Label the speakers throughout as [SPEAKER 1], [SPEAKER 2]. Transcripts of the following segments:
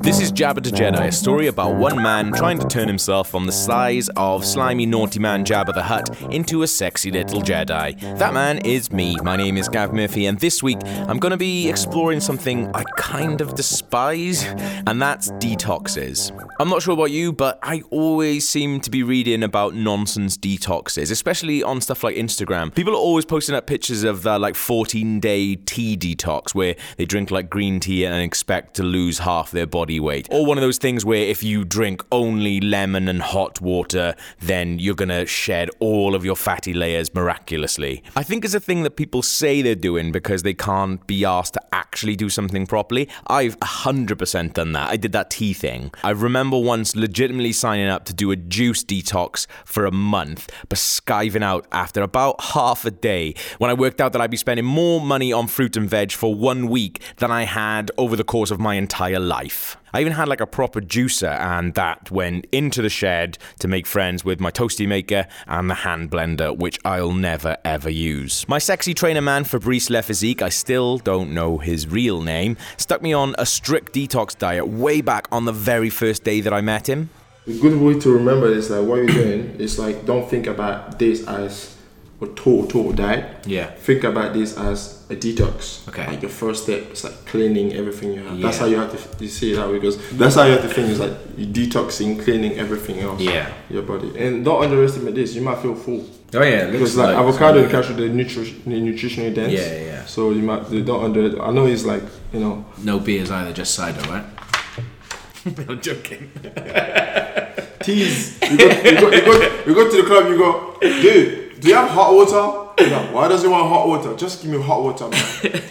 [SPEAKER 1] This is Jabba the Jedi, a story about one man trying to turn himself from the size of slimy naughty man Jabba the Hutt into a sexy little Jedi. That man is me. My name is Gav Murphy, and this week I'm going to be exploring something I kind of despise, and that's detoxes. I'm not sure about you, but I always seem to be reading about nonsense detoxes, especially on stuff like Instagram. People are always posting up pictures of their like 14 day tea detox where they drink like green tea and expect to lose half their body weight. Or one of those things where if you drink only lemon and hot water, then you're gonna shed all of your fatty layers miraculously. I think it's a thing that people say they're doing because they can't be asked to actually do something properly. I've 100% done that. I did that tea thing. I remember once legitimately signing up to do a juice detox for a month, but skiving out after about half a day when I worked out that I'd be spending more money on fruit and veg for one week than I had over the course of my entire life. I even had like a proper juicer, and that went into the shed to make friends with my toasty maker and the hand blender, which I'll never ever use. My sexy trainer man, Fabrice Lefizique, I still don't know his real name, stuck me on a strict detox diet way back on the very first day that I met him.
[SPEAKER 2] The good way to remember is like what you're doing is like don't think about this as a total total diet.
[SPEAKER 1] Yeah.
[SPEAKER 2] Think about this as a detox.
[SPEAKER 1] Okay.
[SPEAKER 2] Like your first step is like cleaning everything you have. That's
[SPEAKER 1] Yeah.
[SPEAKER 2] how you have to f- you see it that way because that's how you have to think is like you detoxing, cleaning everything else.
[SPEAKER 1] Yeah.
[SPEAKER 2] Your body. And don't underestimate this, you might feel full.
[SPEAKER 1] Oh, yeah, it
[SPEAKER 2] Because like, avocado and cashew they're nutri- they're nutritionally dense.
[SPEAKER 3] Yeah, yeah, yeah.
[SPEAKER 2] So you might they don't under I know it's like, you know,
[SPEAKER 3] No beers either, just cider, right? I'm joking.
[SPEAKER 2] tease. You go, you, go, you, go, you go to the club, you go, dude, do you have hot water? No, why does he want hot water? Just give me hot water, man.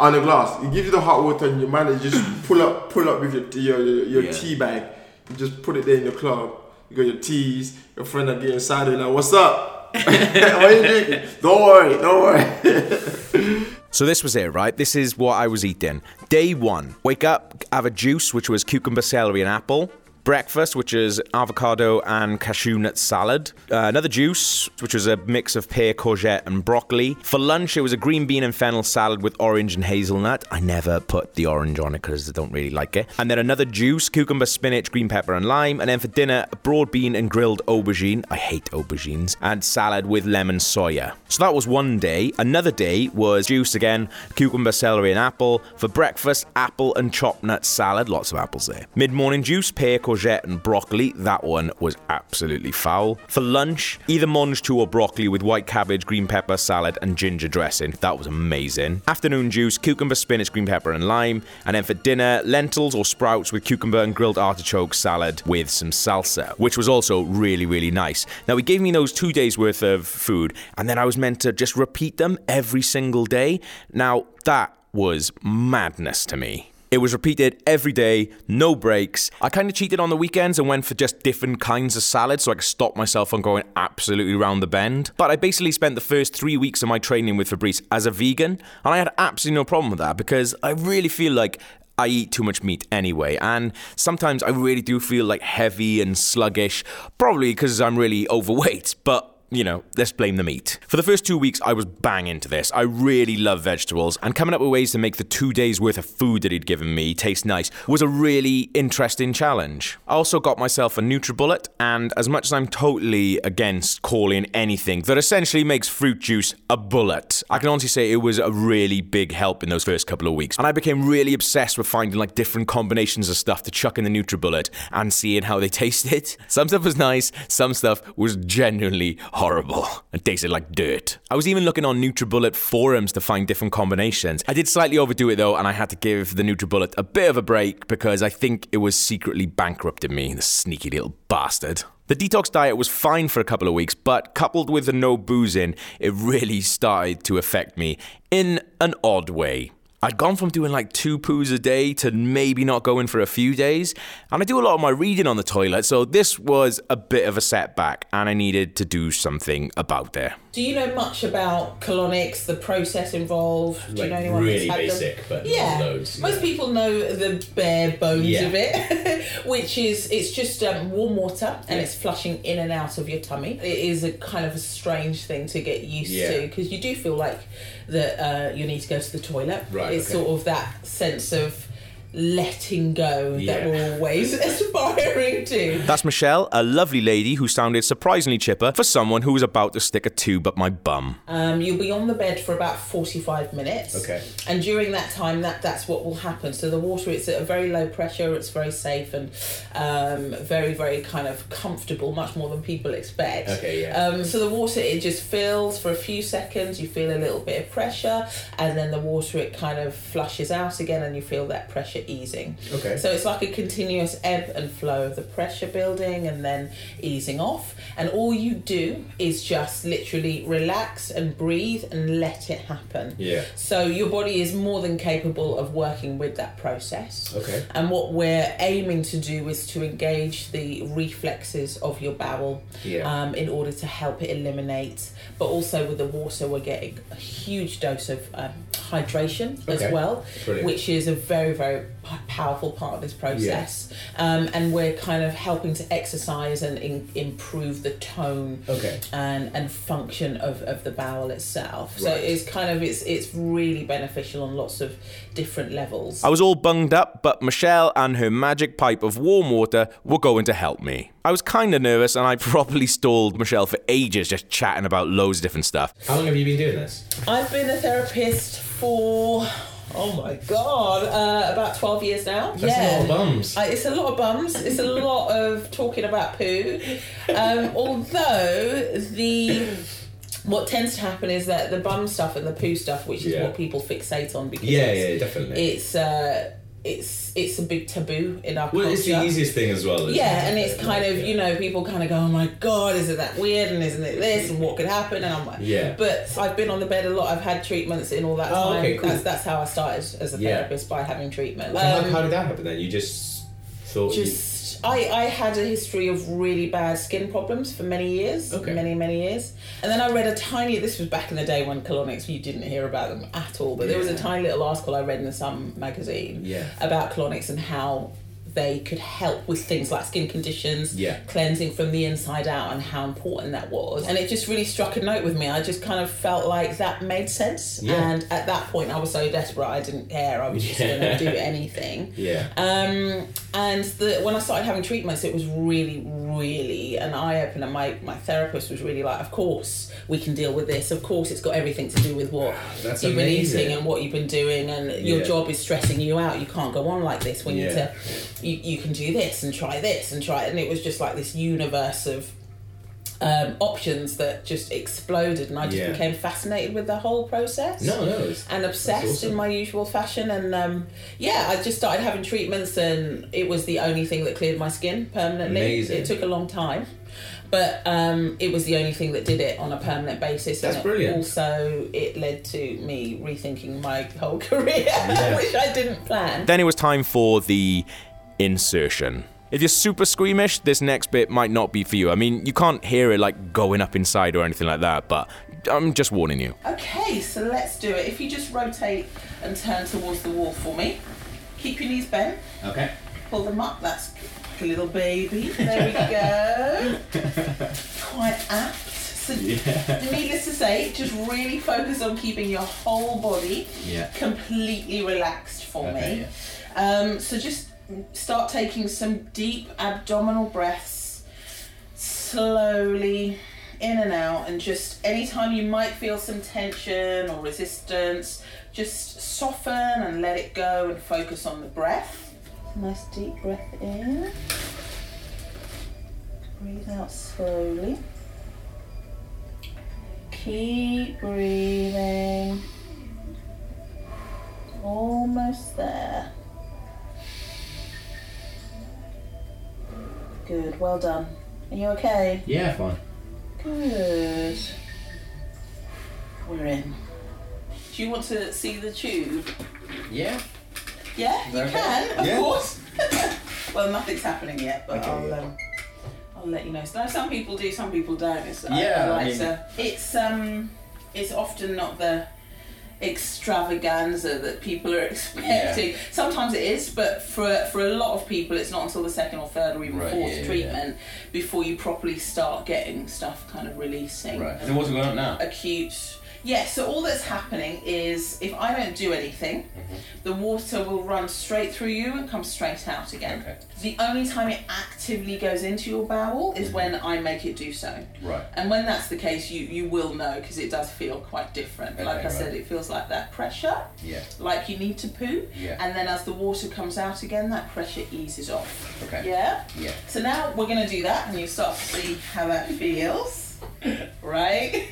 [SPEAKER 2] On a glass. He gives you the hot water and your man is just pull up pull up with your your, your, your
[SPEAKER 3] Yeah.
[SPEAKER 2] tea bag. You just put it there in the club. You got your teas, your friend are getting cider, you're like, what's up? what are you drinking? Don't worry, don't worry.
[SPEAKER 1] So this was it, right? This is what I was eating. Day one, wake up, have a juice, which was cucumber, celery, and apple. Breakfast, which is avocado and cashew nut salad. Uh, another juice, which was a mix of pear, courgette, and broccoli. For lunch, it was a green bean and fennel salad with orange and hazelnut. I never put the orange on it because I don't really like it. And then another juice, cucumber, spinach, green pepper, and lime. And then for dinner, a broad bean and grilled aubergine. I hate aubergines. And salad with lemon soya. So that was one day. Another day was juice again, cucumber, celery, and apple. For breakfast, apple and chopped nut salad. Lots of apples there. Mid morning juice, pear, courgette, and broccoli. That one was absolutely foul. For lunch, either monge two or broccoli with white cabbage, green pepper, salad, and ginger dressing. That was amazing. Afternoon juice, cucumber, spinach, green pepper, and lime. And then for dinner, lentils or sprouts with cucumber and grilled artichoke salad with some salsa, which was also really, really nice. Now, he gave me those two days worth of food, and then I was meant to just repeat them every single day. Now, that was madness to me. It was repeated every day, no breaks. I kind of cheated on the weekends and went for just different kinds of salad so I could stop myself from going absolutely round the bend. But I basically spent the first three weeks of my training with Fabrice as a vegan, and I had absolutely no problem with that because I really feel like I eat too much meat anyway, and sometimes I really do feel like heavy and sluggish, probably because I'm really overweight, but you know, let's blame the meat. For the first two weeks, I was bang into this. I really love vegetables, and coming up with ways to make the two days worth of food that he'd given me taste nice was a really interesting challenge. I also got myself a NutriBullet, and as much as I'm totally against calling anything that essentially makes fruit juice a bullet, I can honestly say it was a really big help in those first couple of weeks, and I became really obsessed with finding like different combinations of stuff to chuck in the NutriBullet and seeing how they tasted. Some stuff was nice, some stuff was genuinely horrible and tasted like dirt. I was even looking on NutriBullet forums to find different combinations. I did slightly overdo it though, and I had to give the NutriBullet a bit of a break because I think it was secretly bankrupting me, the sneaky little bastard. The detox diet was fine for a couple of weeks, but coupled with the no booze in, it really started to affect me in an odd way. I'd gone from doing like two poos a day to maybe not going for a few days. And I do a lot of my reading on the toilet, so this was a bit of a setback and I needed to do something about it.
[SPEAKER 4] Do you know much about colonics, the process involved? Do you know anyone
[SPEAKER 5] really
[SPEAKER 4] who's had
[SPEAKER 5] basic,
[SPEAKER 4] them?
[SPEAKER 5] but not
[SPEAKER 4] yeah,
[SPEAKER 5] loads,
[SPEAKER 4] most
[SPEAKER 5] yeah.
[SPEAKER 4] people know the bare bones
[SPEAKER 5] Yeah.
[SPEAKER 4] of it, which is it's just um, warm water and it's flushing in and out of your tummy. It is a kind of a strange thing to get used
[SPEAKER 5] Yeah.
[SPEAKER 4] to because you do feel like that uh, you need to go to the toilet.
[SPEAKER 5] Right,
[SPEAKER 4] it's
[SPEAKER 5] okay.
[SPEAKER 4] sort of that sense of letting go that
[SPEAKER 3] Yeah.
[SPEAKER 4] we're always aspiring to.
[SPEAKER 1] That's Michelle, a lovely lady who sounded surprisingly chipper for someone who was about to stick a tube up my bum.
[SPEAKER 4] Um, you'll be on the bed for about 45 minutes.
[SPEAKER 3] Okay.
[SPEAKER 4] And during that time, that, that's what will happen. So the water, it's at a very low pressure, it's very safe and um, very, very kind of comfortable, much more than people expect.
[SPEAKER 3] Okay, yeah.
[SPEAKER 4] Um, so the water, it just fills for a few seconds, you feel a little bit of pressure, and then the water, it kind of flushes out again and you feel that pressure easing.
[SPEAKER 3] Okay.
[SPEAKER 4] So it's like a continuous ebb and flow of the pressure building and then easing off. And all you do is just literally relax and breathe and let it happen.
[SPEAKER 3] Yeah.
[SPEAKER 4] So your body is more than capable of working with that process.
[SPEAKER 3] Okay.
[SPEAKER 4] And what we're aiming to do is to engage the reflexes of your bowel
[SPEAKER 3] Yeah.
[SPEAKER 4] um, in order to help it eliminate. But also with the water, we're getting a huge dose of um, hydration
[SPEAKER 3] Okay.
[SPEAKER 4] as well,
[SPEAKER 3] Brilliant.
[SPEAKER 4] which is a very, very p- powerful part of this process. Um, and we're kind of helping to exercise and in- improve the tone
[SPEAKER 3] Okay.
[SPEAKER 4] and and function of, of the bowel itself. So
[SPEAKER 3] Right.
[SPEAKER 4] it's kind of it's it's really beneficial on lots of different levels.
[SPEAKER 3] Oh.
[SPEAKER 1] I was all bunged up, but Michelle and her magic pipe of warm water were going to help me. I was kinda nervous and I probably stalled Michelle for ages just chatting about loads of different stuff.
[SPEAKER 3] How long have you been doing this?
[SPEAKER 4] I've been a therapist for oh my god, uh, about twelve years now.
[SPEAKER 3] That's a lot of bums.
[SPEAKER 4] Uh, it's a lot of bums. It's a lot of talking about poo. Um, although the what tends to happen is that the bum stuff and the poo stuff, which is
[SPEAKER 3] Yeah.
[SPEAKER 4] what people fixate on because
[SPEAKER 3] Yeah,
[SPEAKER 4] it's,
[SPEAKER 3] yeah, definitely.
[SPEAKER 4] it's uh, it's it's a big taboo in our
[SPEAKER 3] well,
[SPEAKER 4] culture.
[SPEAKER 3] it's the easiest thing as well. isn't
[SPEAKER 4] Yeah,
[SPEAKER 3] it?
[SPEAKER 4] and it's kind of
[SPEAKER 3] Yeah.
[SPEAKER 4] you know people kind of go, oh my god, isn't that weird, and isn't it this, and what could happen, and I'm like,
[SPEAKER 3] Yeah.
[SPEAKER 4] But I've been on the bed a lot. I've had treatments in all that
[SPEAKER 3] Oh,
[SPEAKER 4] time.
[SPEAKER 3] okay, cool.
[SPEAKER 4] That's that's how I started as a
[SPEAKER 3] Yeah.
[SPEAKER 4] therapist by having treatment.
[SPEAKER 3] How,
[SPEAKER 4] Um,
[SPEAKER 3] how did that happen then? You just thought.
[SPEAKER 4] just I, I had a history of really bad skin problems for many years
[SPEAKER 3] Okay.
[SPEAKER 4] many many years and then i read a tiny this was back in the day when colonics you didn't hear about them at all but there was a
[SPEAKER 3] Yeah.
[SPEAKER 4] tiny little article i read in some magazine
[SPEAKER 3] Yeah.
[SPEAKER 4] about colonics and how they could help with things like skin conditions
[SPEAKER 3] Yeah.
[SPEAKER 4] cleansing from the inside out and how important that was and it just really struck a note with me i just kind of felt like that made sense
[SPEAKER 3] Yeah.
[SPEAKER 4] and at that point i was so desperate i didn't care i was just going
[SPEAKER 3] Yeah.
[SPEAKER 4] to do anything
[SPEAKER 3] You, yeah.
[SPEAKER 4] um, and the, when I started having treatments, it was really, really an eye opener. My, my therapist was really like, Of course, we can deal with this. Of course, it's got everything to do with what
[SPEAKER 3] That's
[SPEAKER 4] you've
[SPEAKER 3] amazing.
[SPEAKER 4] been eating and what you've been doing, and your
[SPEAKER 3] Yeah.
[SPEAKER 4] job is stressing you out. You can't go on like this. We need
[SPEAKER 3] Yeah.
[SPEAKER 4] to, you, you can do this and try this and try it. And it was just like this universe of um, options that just exploded, and I just
[SPEAKER 3] Yeah.
[SPEAKER 4] became fascinated with the whole process
[SPEAKER 3] no, no. It's,
[SPEAKER 4] and obsessed
[SPEAKER 3] awesome.
[SPEAKER 4] in my usual fashion and um, yeah i just started having treatments and it was the only thing that cleared my skin permanently
[SPEAKER 3] Amazing.
[SPEAKER 4] it took a long time but um, it was the only thing that did it on a permanent basis
[SPEAKER 3] That's
[SPEAKER 4] and it
[SPEAKER 3] brilliant.
[SPEAKER 4] also it led to me rethinking my whole career which i didn't plan
[SPEAKER 1] Then it was time for the insertion. If you're super squeamish, this next bit might not be for you. I mean, you can't hear it like going up inside or anything like that, but I'm just warning you.
[SPEAKER 4] okay so let's do it if you just rotate and turn towards the wall for me keep your knees bent
[SPEAKER 3] Okay.
[SPEAKER 4] Pull them up. That's a little baby. There we go. Quite apt. So, needless to say, just really focus on keeping your whole body
[SPEAKER 3] Yeah.
[SPEAKER 4] completely relaxed for
[SPEAKER 3] Okay,
[SPEAKER 4] me. Um, so just start taking some deep abdominal breaths, slowly in and out, and just anytime you might feel some tension or resistance, just soften and let it go and focus on the breath. Nice deep breath in. Breathe out slowly. Keep breathing. Almost there. Good, well done. Are you okay?
[SPEAKER 3] Yeah, fine.
[SPEAKER 4] Good. We're in. Do you want to see the tube?
[SPEAKER 3] Yeah.
[SPEAKER 4] Yeah, you
[SPEAKER 3] Okay.
[SPEAKER 4] can, of
[SPEAKER 3] Yeah.
[SPEAKER 4] course. well, nothing's happening yet, but
[SPEAKER 3] Okay,
[SPEAKER 4] I'll,
[SPEAKER 3] yeah.
[SPEAKER 4] um, I'll let you know. So, no, some people do, some people don't. It's, I-
[SPEAKER 3] Yeah,
[SPEAKER 4] I like
[SPEAKER 3] I mean-
[SPEAKER 4] to- it's um, it's often not the extravaganza that people are expecting. Sometimes it is, but for for a lot of people, it's not until the second or third or even
[SPEAKER 3] Right,
[SPEAKER 4] fourth
[SPEAKER 3] yeah, yeah.
[SPEAKER 4] treatment before you properly start getting stuff kind of releasing
[SPEAKER 3] And what's going on now?
[SPEAKER 4] acute. Yeah, so all that's happening is if I don't do anything,
[SPEAKER 3] Mm-hmm.
[SPEAKER 4] the water will run straight through you and come straight out again.
[SPEAKER 6] Okay.
[SPEAKER 4] The only time it actively goes into your bowel is when
[SPEAKER 6] Mm-hmm.
[SPEAKER 4] I make it do so.
[SPEAKER 6] Right.
[SPEAKER 4] And when that's the case, you, you will know because it does feel quite different. like I
[SPEAKER 6] right.
[SPEAKER 4] said, it feels like that pressure,
[SPEAKER 6] Yeah.
[SPEAKER 4] like you need to poo.
[SPEAKER 6] Yeah.
[SPEAKER 4] And then as the water comes out again, that pressure eases off.
[SPEAKER 6] Okay.
[SPEAKER 4] Yeah?
[SPEAKER 6] Yeah.
[SPEAKER 4] So now we're going to do that and you start to see how that feels. right?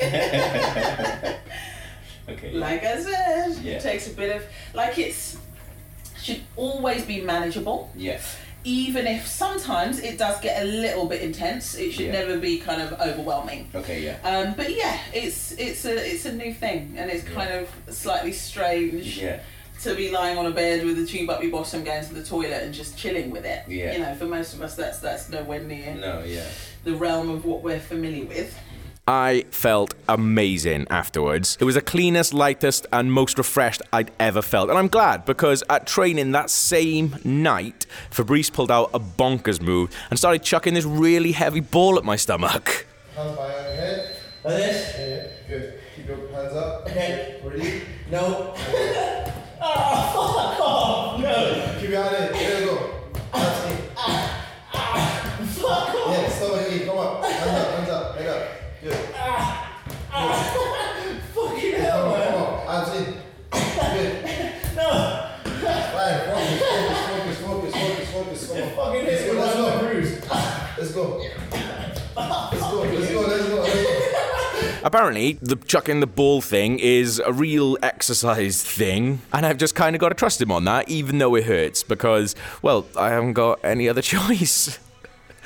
[SPEAKER 6] Okay.
[SPEAKER 4] like I said,
[SPEAKER 6] Yeah.
[SPEAKER 4] it takes a bit of like it's should always be manageable.
[SPEAKER 6] yeah.
[SPEAKER 4] Even if sometimes it does get a little bit intense, it should
[SPEAKER 6] Yeah.
[SPEAKER 4] never be kind of overwhelming.
[SPEAKER 6] Okay. Yeah.
[SPEAKER 4] Um, but yeah, it's it's a it's a new thing, and it's kind of slightly strange
[SPEAKER 6] Yeah.
[SPEAKER 4] to be lying on a bed with a tube up your bottom, going to the toilet, and just chilling with it.
[SPEAKER 6] Yeah.
[SPEAKER 4] You know, for most of us, that's that's nowhere near
[SPEAKER 6] No. Yeah.
[SPEAKER 4] the realm of what we're familiar with.
[SPEAKER 1] I felt amazing afterwards. It was the cleanest, lightest, and most refreshed I'd ever felt. And I'm glad because at training that same night, Fabrice pulled out a bonkers move and started chucking this really heavy ball at my stomach.
[SPEAKER 5] Hands behind your head.
[SPEAKER 7] Like this?
[SPEAKER 5] Yeah, yeah, good. Keep your hands up.
[SPEAKER 7] Okay.
[SPEAKER 5] Good. Ready?
[SPEAKER 7] No. Oh,
[SPEAKER 5] Keep your hand in. There you go. That's it. Yeah, stomach in. Come on. Hands up, hands up. Leg up. Good.
[SPEAKER 7] Fucking hell,
[SPEAKER 5] Come on,
[SPEAKER 7] man.
[SPEAKER 5] come on. Arms in. Good.
[SPEAKER 7] No.
[SPEAKER 5] Fine. Focus, focus, focus, focus, focus. Come on.
[SPEAKER 7] Fucking
[SPEAKER 5] Let's
[SPEAKER 7] hit
[SPEAKER 5] go,
[SPEAKER 7] me. That's
[SPEAKER 5] let's go.
[SPEAKER 7] my bruise.
[SPEAKER 5] Let's go. Let's go, let's go, let's go, let's go.
[SPEAKER 1] Apparently, the chucking the ball thing is a real exercise thing, and I've just kind of got to trust him on that, even though it hurts, because, well, I haven't got any other choice.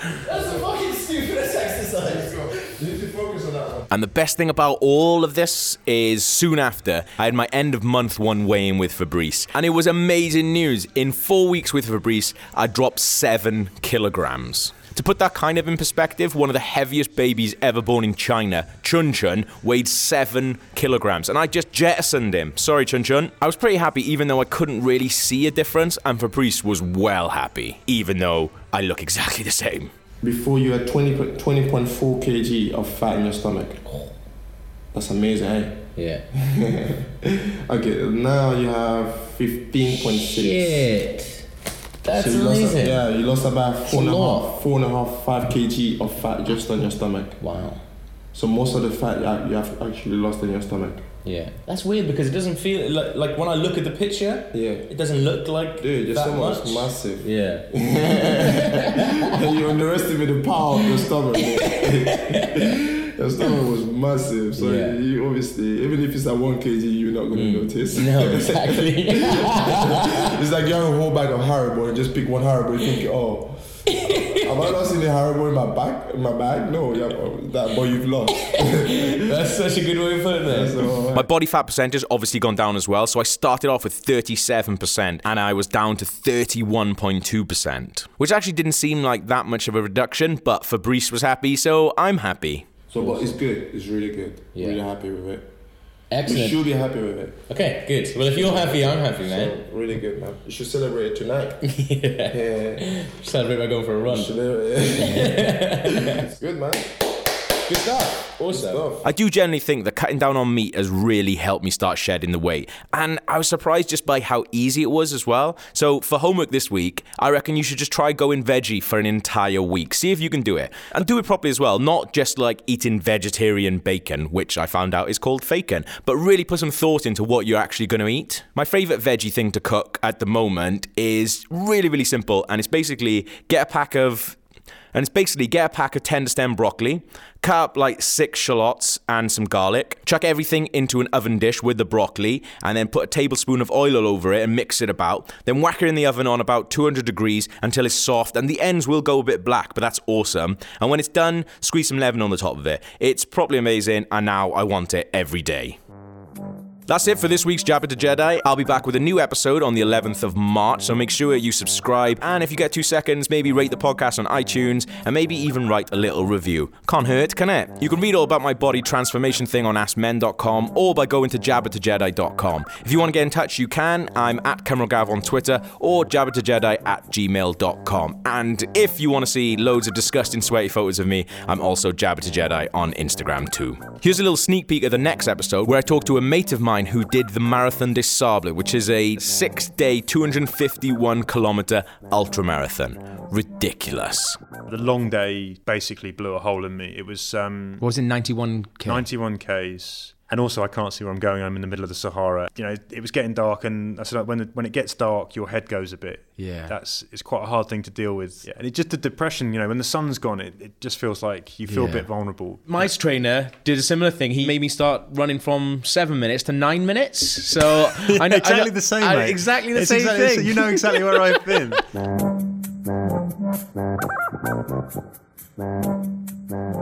[SPEAKER 7] That's the fucking stupidest exercise.
[SPEAKER 5] Let's go. You need to focus on that one.
[SPEAKER 1] And the best thing about all of this is soon after, I had my end of month one weigh in with Fabrice. And it was amazing news. In four weeks with Fabrice, I dropped seven kilograms. To put that kind of in perspective, one of the heaviest babies ever born in China, Chun Chun, weighed seven kilograms. And I just jettisoned him. Sorry, Chun Chun. I was pretty happy even though I couldn't really see a difference. And Fabrice was well happy, even though I look exactly the same.
[SPEAKER 2] Before you had 20, po- 20.4 kg of fat in your stomach. That's amazing, eh?
[SPEAKER 6] Yeah.
[SPEAKER 2] Okay, now you have 15.6.
[SPEAKER 6] Shit. That's
[SPEAKER 2] So you lost a-
[SPEAKER 6] amazing.
[SPEAKER 2] yeah, you lost about four
[SPEAKER 6] a
[SPEAKER 2] and a
[SPEAKER 6] lot.
[SPEAKER 2] half, four and a half, five kg of fat just on your stomach.
[SPEAKER 6] Wow.
[SPEAKER 2] So most of the fat you have- you have actually lost in your stomach.
[SPEAKER 6] Yeah. That's weird because it doesn't feel like like when I look at the picture,
[SPEAKER 2] Yeah.
[SPEAKER 6] it doesn't look like
[SPEAKER 2] Dude, your
[SPEAKER 6] that
[SPEAKER 2] stomach
[SPEAKER 6] much.
[SPEAKER 2] is massive.
[SPEAKER 6] Yeah.
[SPEAKER 2] you underestimated the power of your stomach. man. your stomach was massive, so
[SPEAKER 6] Yeah. Mm.
[SPEAKER 2] you obviously, even if it's at one kg, you're not gonna notice.
[SPEAKER 6] No, exactly.
[SPEAKER 2] It's like you have a whole bag of Haribo and just pick one Haribo. You think, oh, have I not seen a Haribo in my bag? In my bag? No, yeah, oh, that boy you've lost.
[SPEAKER 6] That's such a good way of putting it.
[SPEAKER 2] so,
[SPEAKER 1] My body fat percentage has obviously gone down as well. So I started off with 37% and I was down to 31.2%, which actually didn't seem like that much of a reduction, but Fabrice was happy, so I'm happy.
[SPEAKER 2] so, but it's good. It's really good.
[SPEAKER 6] Yeah.
[SPEAKER 2] Really happy with it. You
[SPEAKER 6] Excellent.
[SPEAKER 2] should be happy with it.
[SPEAKER 6] Okay, good. Well, if you're happy, I'm happy, man.
[SPEAKER 2] So, really good, man. You should celebrate it tonight.
[SPEAKER 6] yeah.
[SPEAKER 2] yeah.
[SPEAKER 6] Celebrate by going for a run.
[SPEAKER 2] Celebrate. it's good, man.
[SPEAKER 6] Good stuff. Awesome.
[SPEAKER 2] Stuff.
[SPEAKER 1] I do generally think that cutting down on meat has really helped me start shedding the weight. And I was surprised just by how easy it was as well. So for homework this week, I reckon you should just try going veggie for an entire week. See if you can do it. And do it properly as well, not just like eating vegetarian bacon, which I found out is called fakin, but really put some thought into what you're actually going to eat. My favorite veggie thing to cook at the moment is really, really simple. And it's basically get a pack of and it's basically get a pack of tender stem broccoli, cut up like six shallots and some garlic, chuck everything into an oven dish with the broccoli, and then put a tablespoon of oil all over it and mix it about. Then whack it in the oven on about 200 degrees until it's soft, and the ends will go a bit black, but that's awesome. And when it's done, squeeze some lemon on the top of it. It's probably amazing, and now I want it every day. That's it for this week's Jabba to Jedi. I'll be back with a new episode on the 11th of March, so make sure you subscribe. And if you get two seconds, maybe rate the podcast on iTunes and maybe even write a little review. Can't hurt, can it? You can read all about my body transformation thing on AskMen.com or by going to JabbaToJedi.com. If you want to get in touch, you can. I'm at Gav on Twitter or JabbaToJedi at gmail.com. And if you want to see loads of disgusting sweaty photos of me, I'm also Jabba to Jedi on Instagram too. Here's a little sneak peek of the next episode where I talk to a mate of mine who did the Marathon des Sables, which is a six day, 251 kilometer ultra marathon. Ridiculous.
[SPEAKER 8] The long day basically blew a hole in me. It was um,
[SPEAKER 1] What was it, 91k?
[SPEAKER 8] 91 Ks. And also, I can't see where I'm going. I'm in the middle of the Sahara. You know, it was getting dark, and I said, like, when when it gets dark, your head goes a bit.
[SPEAKER 1] Yeah.
[SPEAKER 8] that's it's quite a hard thing to deal with. Yeah. And it's just the depression. You know, when the sun's gone, it, it just feels like you feel
[SPEAKER 1] Yeah.
[SPEAKER 8] a bit vulnerable.
[SPEAKER 1] My trainer did a similar thing. He made me start running from seven minutes to nine minutes. So I know I know- I- Exactly the same thing.
[SPEAKER 8] You know exactly where I've been.